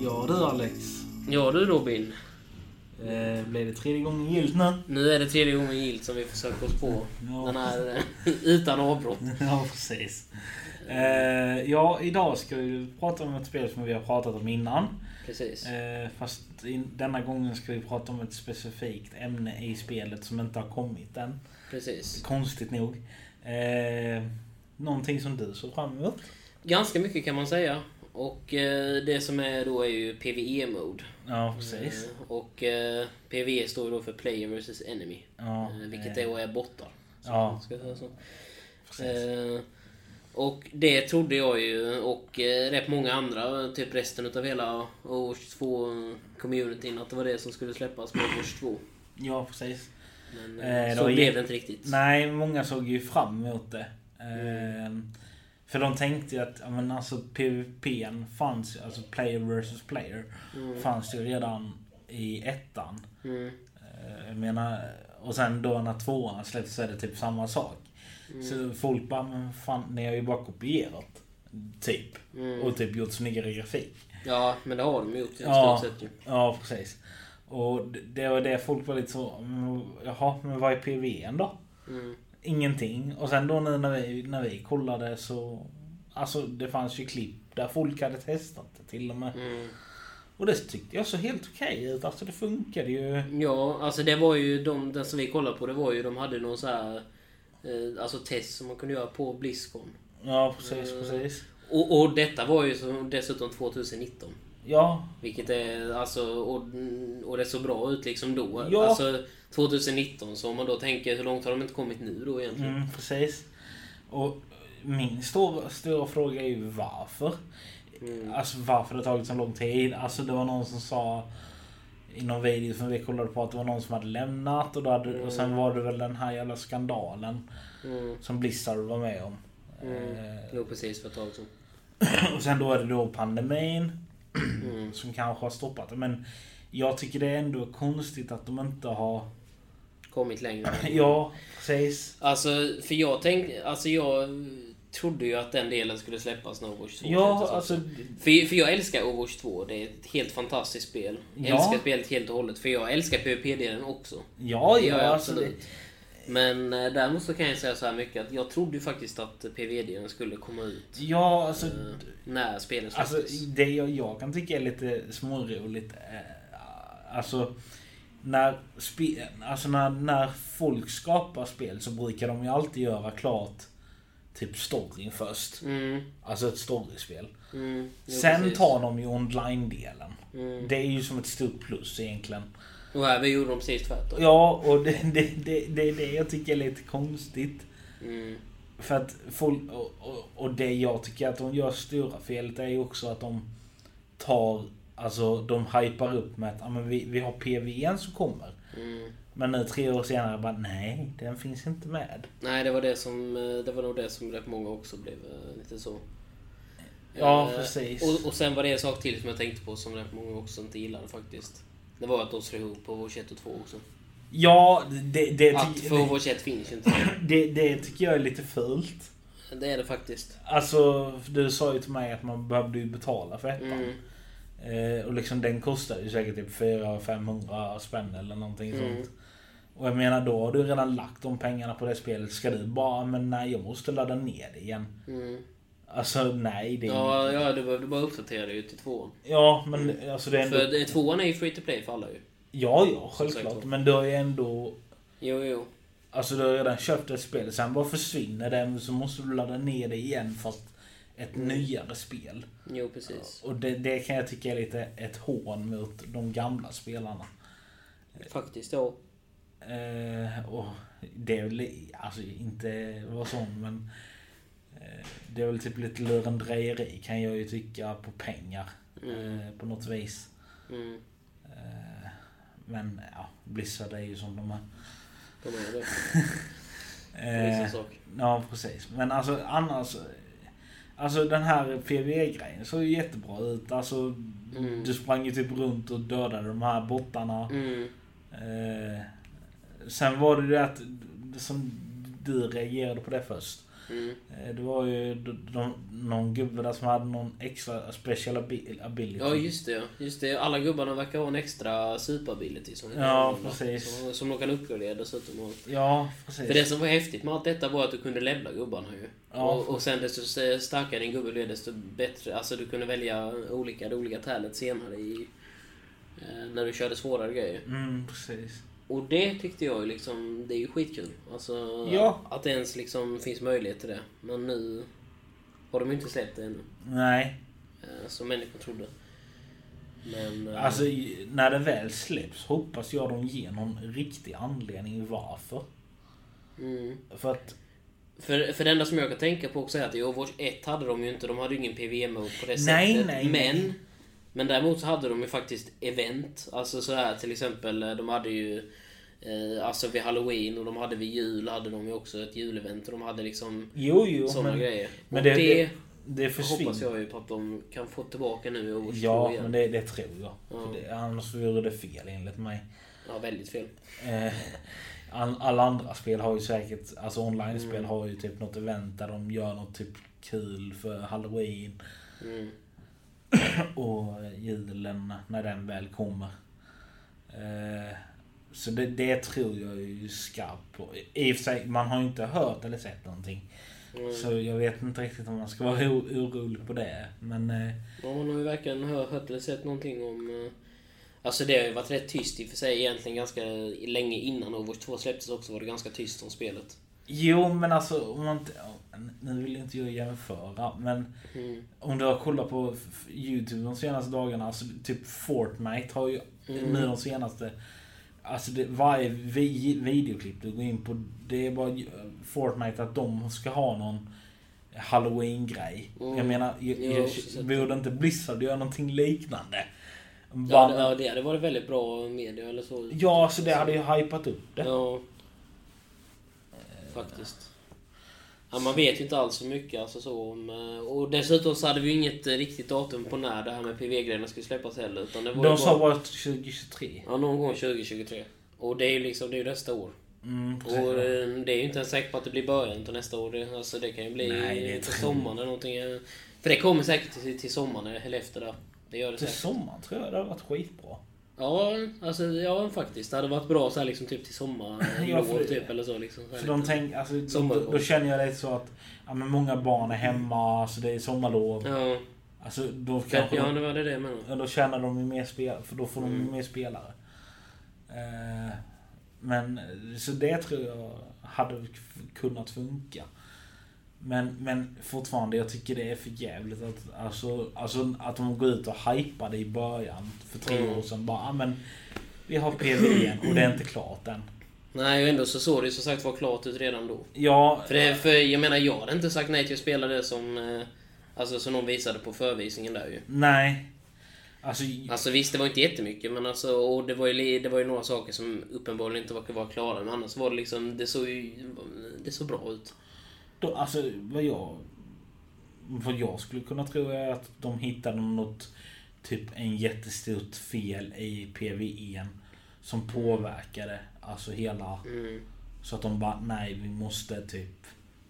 Ja du Alex. Ja du Robin. Eh, blev det tredje gången gillt nu? Nu är det tredje gången gilt som vi försöker oss på. Ja. Den här eh, utan avbrott. ja, precis. Eh, ja, idag ska vi prata om ett spel som vi har pratat om innan. Precis. Eh, fast in, denna gången ska vi prata om ett specifikt ämne i spelet som inte har kommit än. Precis. Konstigt nog. Eh, någonting som du såg fram emot? Ganska mycket kan man säga. Och eh, det som är då är ju PVE-mode. Ja, precis. Eh, Och eh, PVE står ju då för Player vs Enemy. Ja, Eh, Vilket då är borta. Så Ja. man Ska säga så. precis. Eh, Och det trodde jag ju och eh, rätt många andra, typ resten utav hela Overwatch 2-communityn, att det var det som skulle släppas på Overwatch 2. Ja, precis. Men Eh, eh, det så var blev ju- det inte riktigt. Nej, många såg ju fram emot det. Ehm, För de tänkte ju att ja, men alltså, PVP'n fanns ju, alltså player versus player, fanns ju redan i ettan. Mm. Eh, Jag menar, och sen då när tvåan släpptes så är det typ samma sak. Så folk bara, men fan, ni har ju bara kopierat. Typ. Och typ gjort snyggare grafik. Ja, men det har de ju gjort i Ja, stort sett ju. ja, precis. Och det- det var det folk var lite så, "Mm, jaha, men vad är PV'n då? Mm. Ingenting. Och sen då nu när vi, när vi kollade så... Alltså det fanns ju klipp där folk hade testat det till och med. Mm. Och det tyckte jag så helt okej ut. Alltså det funkade ju. Ja, alltså det var ju de, den som vi kollade på, det var ju de hade någon så här eh, Alltså test som man kunde göra på Blizzcon. Ja precis, Mm. precis. Och, och detta var ju så, dessutom 2019. Ja, Vilket är alltså, och, och det såg bra ut liksom då. Ja. Alltså 2019, så om man då tänker hur långt har de inte kommit nu då egentligen? mm, precis. Och min stora, stora fråga är ju varför. Mm. Alltså varför det har tagit så lång tid. Alltså det var någon som sa i någon video som vi kollade på att det var någon som hade lämnat och, då hade, och sen var det väl den här jävla skandalen Mm. som Blizzard var med om. Eh, Jo precis, för ett tag sedan. Och sen då är det då pandemin Mm. som kanske har stoppat det. Men jag tycker det är ändå konstigt att de inte har... Kommit längre. Ja, precis. Alltså, för jag tänkte, alltså jag trodde ju att den delen skulle släppas när Overwatch 2 Ja, släpptes också. alltså... För, för jag älskar Overwatch 2, det är ett helt fantastiskt spel. Jag Ja. älskar spelet helt och hållet, för jag älskar PvP-delen också. Ja, Det gör ja, jag alltså... absolut. Men eh, däremot så kan jag säga så här mycket att jag trodde ju faktiskt att PvD-delen skulle komma ut Ja, alltså... eh, när spelet Alltså, släpptes. det jag, jag kan tycka är lite småroligt. eh, Alltså, när, spe, alltså när, när folk skapar spel så brukar de ju alltid göra klart typ storyn först. mm, Alltså ett storyspel. mm, jo, Sen precis. tar de ju online-delen. Mm. Det är ju som ett stort plus egentligen. Och här vi gjorde de precis tvärtom. Ja, och det är det, det, det, är det jag tycker är lite konstigt. Mm, För att folk, och, och, och det jag tycker att de gör stora felet är ju också att de tar, alltså de hypar upp med att ah, men vi, vi har PVN som kommer. mm. Men nu tre år senare bara nej, den finns inte med. Nej, det var, det, som, eh, det var nog det som rätt många också blev eh, lite så. Ja, Eh, precis. Och, och sen var det en sak till som jag tänkte på som rätt många också inte gillade faktiskt. Det var att de slog ihop Overwatch 1 och 2 också. Ja, det, det, Att för det, Overwatch 1 finns ju inte. det, det tycker jag är lite fult. Det är det faktiskt. Alltså, du sa ju till mig att man behövde ju betala för ettan. Mm. Eh, och liksom den kostar ju säkert typ 400-500 spänn eller någonting Mm. sånt. Och jag menar då har du redan lagt de pengarna på det spelet. Ska du bara, men nej jag måste ladda ner det igen. Mm. Alltså nej det är ja. Ja, ja, du behövde bara uppdatera dig till tvåan. ja men alltså det är ändå... För det- tvåan är ju free to play för alla ju. Ja ja Som sagt självklart. var. Men du har ju ändå... Jo, jo. Alltså du har redan köpt ett spel. Sen bara försvinner det så måste du ladda ner det igen fast ett Mm. nyare spel. Jo, precis. Och det, det kan jag tycka är lite ett hån mot de gamla spelarna. Faktiskt, ja. Eh, och det är väl alltså inte var sån men eh, det är väl typ lite lurendrejeri kan jag ju tycka på pengar eh, på något vis. Mm. Eh, men ja, Blizzard är ju som de är. De är det. Det är Eh, en sak. ja precis. Men alltså annars. eh, Alltså den här PVE-grejen såg ju jättebra ut. Alltså Mm. du sprang ju typ runt och dödade de här bottarna. Mm. Eh, sen var det det att som du reagerade på det först. Mm. Eh, Det var ju de, de, någon gubbe där som hade någon extra special abi- ability. Ja just det, ja. just det. Alla gubbarna verkar ha en extra superability som de Ja, kan använda. precis. Som, som de kan uppgradera dessutom. Och- Ja, precis. För det som var häftigt med allt detta var att du kunde levla gubbarna ju. Ja. Och, och sen desto s- starkare din gubbe blev desto bättre. Alltså du kunde välja olika, det olika talet senare i... eh, När du körde svårare grejer. Mm, precis. Och det tyckte jag ju liksom, det är ju skitkul. Alltså Ja. att det ens liksom finns möjlighet till det. Men nu har de ju inte släppt det ännu. Nej, eh, Som människor trodde. Men... eh, alltså i- när det väl släpps hoppas jag de ger någon riktig anledning varför. Mm. För att... För, för det enda som jag kan tänka på också är att i Overwatch 1 hade de ju inte, de hade ju ingen PVE-mode på det Nej, sättet. nej, nej. men, men däremot så hade de ju faktiskt event. Alltså så här till exempel, eh, de hade ju eh, Alltså vid halloween och de hade vid jul hade de ju också ett julevent och de hade liksom Jo, jo, sådana men, grejer. men och det, det, det, det hoppas försvinner. jag ju på att de kan få tillbaka nu i Overwatch 2 Ja, igen. men det, det tror jag. För Ja. det, annars vore det fel enligt mig. Ja, väldigt fel. Eh, all- Alla andra spel har ju säkert, alltså online-spel har ju typ något event där de gör något typ kul för halloween Mm. och julen när den väl kommer. Eh, Så det, det tror jag ju skarpt på. I och för sig, man har ju inte hört eller sett någonting. Mm. Så jag vet inte riktigt om man ska vara o- orolig på det. Men eh, Ja, man har ju verkligen hör- hört eller sett någonting om... eh, Alltså det har ju varit rätt tyst i och för sig egentligen ganska länge innan Overwatch 2 släpptes också var det ganska tyst om spelet. jo, men alltså om man inte... Nu vill inte jag jämföra, men... Mm. Om du har kollat på f- YouTube de senaste dagarna, alltså typ Fortnite har ju Mm. nu de senaste... Alltså det, varje vi, videoklipp du går in på, det är bara ju- Fortnite att de ska ha någon Halloween-grej. Mm. Jag menar, jag, Jo, jag, så- borde inte Blizzard göra någonting liknande? Ja, Bara, det, ja, ja, det hade varit väldigt bra media eller så. så det hade ju hypat upp det. Ja. Faktiskt. Ja, man vet ju inte alls så mycket alltså så om... eh, Och dessutom så hade vi ju inget eh, riktigt datum på när det här med PV-grejerna skulle släppas heller. Utan det var ju de bara, sa bara 2023. Ja, någon gång 2023. Och det är ju liksom, det är ju nästa år. Mm, precis. Och eh, det är ju inte ens säkert på att det blir början till nästa år. Det- Alltså det kan ju bli Nej, det är till tre- sommaren eller någonting. eh. För det kommer säkert till, till sommaren eller efter det. Det gör det Till säkert. sommaren tror jag det hade varit skitbra. Ja, alltså ja faktiskt. Det hade varit bra så här liksom typ till sommar, Ja, för- lov typ eller så liksom. Så här För de lite- tänk, alltså, då, Sommarlov. Mm. då känner jag lite så att ja, men många barn är hemma, så det är sommarlov. Ja, Alltså, då, för, kanske ja de, det var det jag menade. ja, då tjänar de ju mer spel, för då får de Mm. ju mer spelare. Eh, men så det tror jag hade f- kunnat funka. Men, men fortfarande, jag tycker det är för jävligt att, alltså, alltså, att de går ut och hypar det i början för tre Mm. år sedan. Bara, "Ah, men vi har PVN och det är inte klart än. Nej, och ändå så såg det ju som sagt var klart ut redan då. Ja, För, det, för jag menar, jag hade inte sagt nej till att spela det som... eh, Alltså som de visade på förvisningen där ju. nej. Alltså, Alltså visst, det var inte jättemycket, men alltså, och det, var ju, li- det var ju några saker som uppenbarligen inte verkar vara klara, men annars var det liksom, det såg ju det såg bra ut. Då, alltså vad jag... Vad jag skulle kunna tro är att de hittade något... Typ en jättestort fel i PVEn. Som påverkade alltså hela... Mm. Så att de bara, nej vi måste typ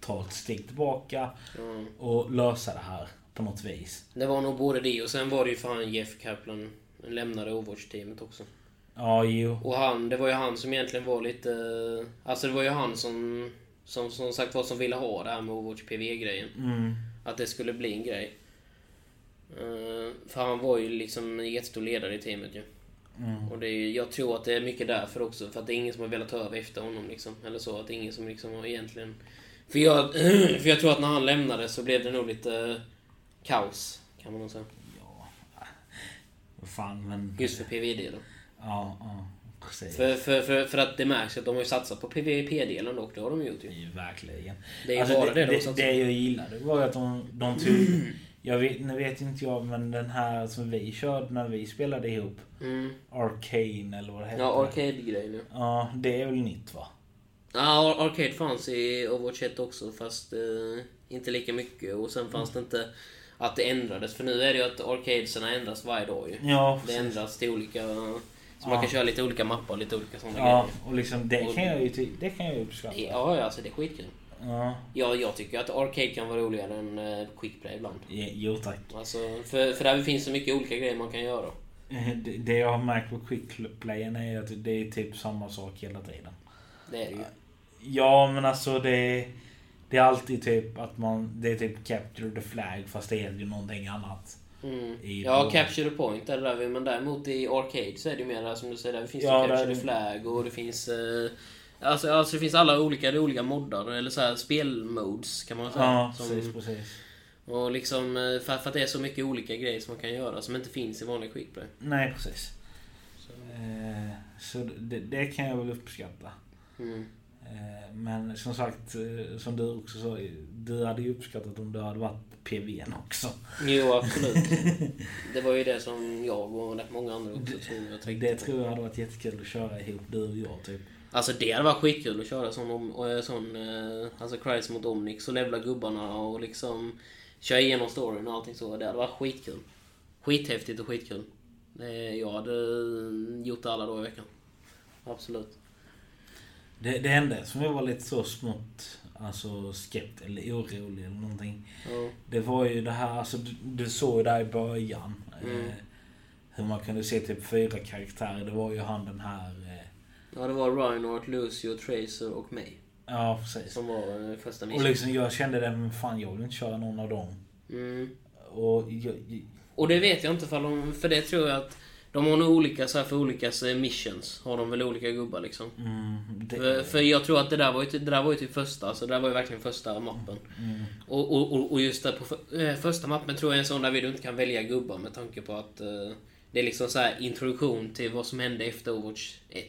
ta ett steg tillbaka Ja. och lösa det här på något vis. Det var nog både det och sen var det ju fan Jeff Kaplan, lämnade Overwatch-teamet också. Ja, jo. Och han, det var ju han som egentligen var lite... Alltså det var ju han som, som som sagt var som ville ha det här med Overwatch PV-grejen. Mm. Att det skulle bli en grej. Eh, för han var ju liksom en jättestor ledare i teamet ju. Mm. Och det är, ju- jag tror att det är mycket därför också. För att det är ingen som har velat ta över efter honom. Liksom. Eller så. Att det är ingen som liksom har egentligen... För jag, för jag tror att när han lämnade så blev det nog lite kaos. Kan man nog säga. Ja. Vad fan men... Just för PV-delen. Ja, ja. Precis. För, för, för, för att det märks att de har ju satsat på PVP-delen dock. Det har de ju gjort ju. ju verkligen. Det är ju bara Alltså, det det, då, det, så att- det jag gillade var ju att de, de tog... Jag vet, nu vet inte jag, men den här som vi körde när vi spelade ihop. Mm. Arcane eller vad det hette. Ja, Arcade-grejen ja. Ja, det är väl nytt va? Ja, Ar- Arcade fanns i Overwatch 1 också fast eh, inte lika mycket. Och sen fanns Mm. det inte att det ändrades. För nu är det ju att arcadesarna ändras varje dag ju. Ja, Det precis. ändras till olika... Så Ja. man kan köra lite olika mappar och lite olika sådana Ja, grejer. och liksom det kan jag ju ty- det kan jag ju uppskatta. Ja, ja, alltså det är skitkul. Ja. Ja, jag tycker att Arcade kan vara roligare än eh, Quick Play ibland. Je- Jo tack. Alltså, för, för där finns så mycket olika grejer man kan göra. Eh, det- Det jag har märkt på quickplayen är att det är typ samma sak hela tiden. Det är det ju. Ja men alltså det... Det är alltid typ att man... Det är typ capture the flag fast det är ju någonting annat. Mm. I- Ja, Capture the Point är det där, vi- men däremot i Arcade så är det ju mer där, som du säger, där finns Ja, det Capture där- the Flag och det finns... Eh, alltså, alltså det finns alla olika, det är olika moddar, eller så här spelmodes kan man säga. Ja precis, som, precis. och liksom, eh, för, för att det är så mycket olika grejer som man kan göra som inte finns i vanlig Quick Play. Nej precis. Eh, Så det, det kan jag väl uppskatta. Mm. Eh, Men som sagt, eh, som du också sa, du hade ju uppskattat om du hade varit PVn också. Jo, absolut. det var ju det som jag och rätt många andra också tror jag tänkte Det på. tror jag hade varit jättekul att köra ihop, du och jag typ. Alltså det hade varit skitkul att köra sån, om- och, eh, sån eh, alltså Cries mot Omnix och levla gubbarna och liksom köra igenom storyn och allting så. Det hade varit skitkul. Skithäftigt och skitkul. Eh, Jag hade eh, gjort det alla dagar i veckan. Absolut. Det, det enda som jag var lite så smått alltså skept eller orolig eller någonting. Ja. Det var ju det här, alltså du, du såg ju där i början. Mm. Eh, hur man kunde se typ fyra karaktärer. Det var ju han den här... Eh, ja, det var Reinhardt, Lucio, Tracer och mig ja precis. som var eh, första Och mission. liksom jag kände det, men fan jag vill inte köra någon av dem. Mm. Och jag, jag- Och det vet jag inte för de, för det tror jag att de har nog olika så här för olika eh, missions. Har de väl olika gubbar liksom. mm, det, För, för jag tror att det där var ju, typ- det där var ju typ första, alltså det där var ju verkligen första mappen. Mm. Och, och, och- och just där på för, eh, första mappen tror jag är en sån där vi inte kan välja gubbar med tanke på att eh, det är liksom så här introduktion till vad som hände efter Overwatch 1.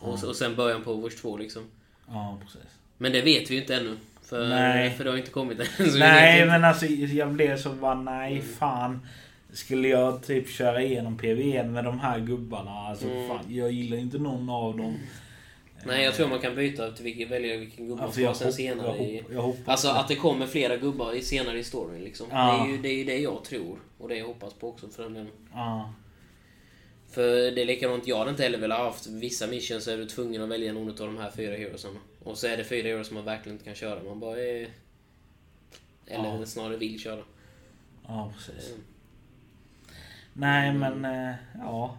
Och, så- och sen början på Overwatch 2 liksom. ja precis. Men det vet vi ju inte ännu. För, Nej. för det har inte kommit än. så vi vet Nej inte. men alltså jag blev så bara nej fan. Skulle jag typ köra igenom PVN med de här gubbarna? Alltså Mm. fan, jag gillar inte någon av dem. Nej, jag tror man kan byta till vilken, välja vilken gubbe Alltså, man jag ska ha sen hopp- jag senare. i, hopp- jag hoppas alltså det. att det kommer flera gubbar i, senare i storyn liksom. Ja. Det, är ju, det är ju det jag tror. Och det jag hoppas på också för den delen. Ja. För det är likadant, jag hade inte heller velat haft vissa missions så är du tvungen att välja någon av de här fyra heroesarna. Och så är det fyra heroes som man verkligen inte kan köra. Man bara eh... Eller snarare vill köra. ja precis. Mm. Nej men eh, ja.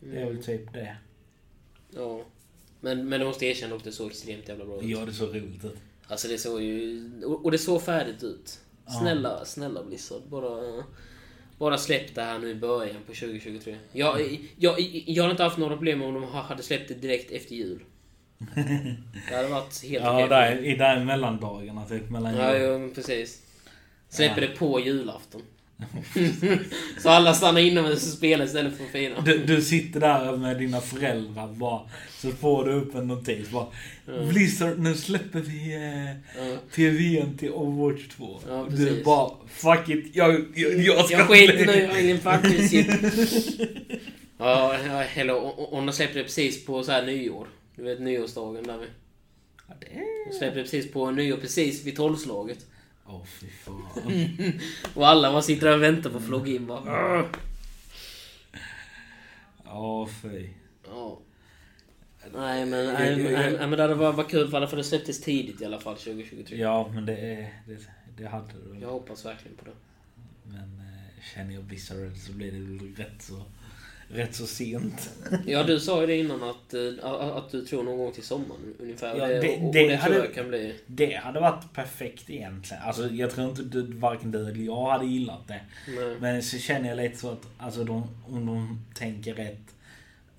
Det är Mm. väl typ det. Ja. Men, men du måste erkänna att det såg extremt jävla bra ut. Ja det är så roligt ut. Alltså det såg ju... Och och det såg färdigt ut. Snälla, snälla Blizzard. Bara, bara släpp det här nu i början på 2023. Jag, jag, jag hade inte haft några problem om de hade släppt det direkt efter jul. Det hade varit helt Ja okej. där, i där mellandagarna typ. Mellan Ja, jo, men precis. Släpper det på julafton. så alla stannar inomhus och spelar istället för att fira. Du, du sitter där med dina föräldrar bara, så får du upp en notis bara. Mm. Blizzard, nu släpper vi eh, Ja. TVn till Overwatch 2. Ja, du precis. bara, fuck it, jag, jag, jag ska Jag skiter nu, bli- jag har ingen fucking shit. Ja, ja, eller o- o- om de släpper det precis på så här nyår. Du vet nyårsdagen där vi. Ja, det är- De släpper det precis på nyår, precis vid tolvslaget. Åh fy fan. Och alla bara sitter där och väntar på att få logga in bara. Ah. "Arr." Ja fy. Ja. Nej men, nej, men, nej, men det hade varit varit kul för alla för det släpptes tidigt i alla fall 2023. Ja men det är, det, det hade du väl. Jag hoppas verkligen på det. Men eh, känner jag Blizzard så blir det väl rätt så, rätt så sent. Ja, du sa ju det innan att, eh, a- att du tror någon gång till sommaren ungefär. Ja, det, det- och, och det det tror hade- jag kan bli... Det hade varit perfekt egentligen. Alltså jag tror inte du, varken du eller jag hade gillat det. Nej. Men så känner jag lite så att alltså de, om de tänker rätt.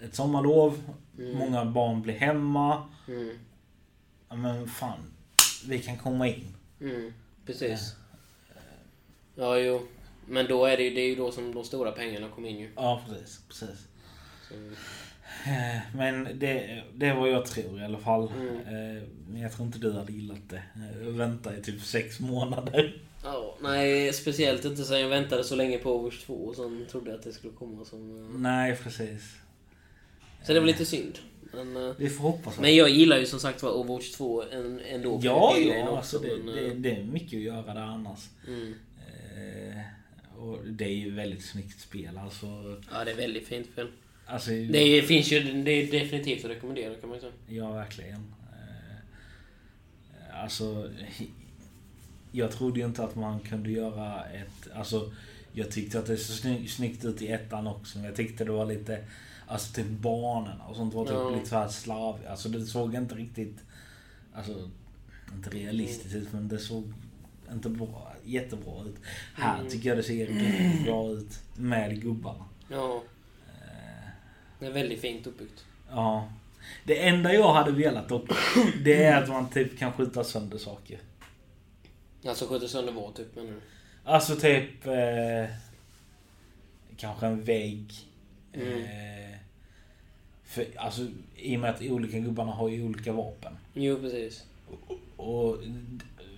Ett sommarlov, många barn blir hemma. Mm, Ja, Men fan, vi kan komma in. mm, precis. Ja, jo. Men då är det, ju, det är ju då som de stora pengarna kommer in ju. Ja, precis. precis. Så, Eh, Men det, det är vad jag tror i alla fall. Mm. Eh, Men jag tror inte du hade gillat det. Eh, Vänta i typ sex månader. ja, nej, speciellt inte sen jag väntade så länge på Overwatch 2 och sen trodde jag att det skulle komma som... eh, Nej, precis. Så det var lite synd. Men, eh, Vi får hoppas. att- men jag gillar ju som sagt var Overwatch 2 än- ändå. på ja, den grejen ja. Alltså, det, men, det, eh, det är mycket att göra där annars. Mm. Eh, Och det är ju väldigt snyggt spel. Alltså, Ja, det är väldigt fint spel. alltså, Det finns ju, det är definitivt att rekommendera kan man ju säga. Ja, verkligen. Eh, Alltså, jag trodde ju inte att man kunde göra ett... Alltså, jag tyckte att det såg sny- snyggt ut i ettan också, men jag tyckte det var lite... Alltså typ banorna och sånt var typ Ja. lite så här slavigt. Alltså det såg inte riktigt... Alltså, inte realistiskt ut, men det såg inte bra, jättebra ut. Här Mm. tycker jag det ser riktigt bra ut med gubbarna. Ja, Eh, det är väldigt fint uppbyggt. Ja. Det enda jag hade velat dock, det är att man typ kan skjuta sönder saker. Alltså skjuter sönder vår typ menar du? Alltså typ... Eh, kanske en vägg. Eh, för, alltså, I och med att olika gubbarna har ju olika vapen. Jo, precis. Och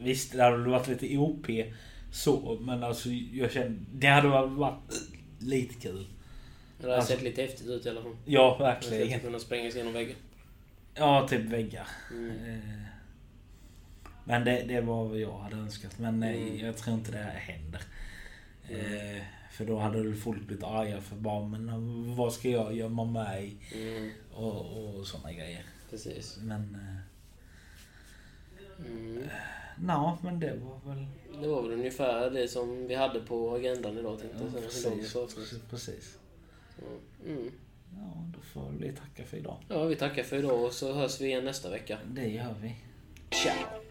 visst, det hade väl varit lite OP så, men alltså jag känner... Det hade väl varit lite kul. Det har Alltså- sett lite häftigt ut i alla fall. Ja, Man ska inte verkligen. kunna sprängas genom väggen. Ja, typ väggar. Mm. Eh, Men det, det var vad jag hade önskat. Men eh, Mm. jag tror inte det här händer. Eh, För då hade väl folk blivit arga för bara, men eh, vad ska jag gömma mig? Mm. Och, och sådana grejer. Precis. Men, eh, Mm. ja men det var väl... Det var väl ungefär det som vi hade på agendan idag tänkte jag Ja, säga. i dagens avsnitt. precis, precis. Ja. Mm. Ja, då får vi tacka för idag. Ja, vi tackar för idag och så hörs vi igen nästa vecka. Det gör vi. Ciao!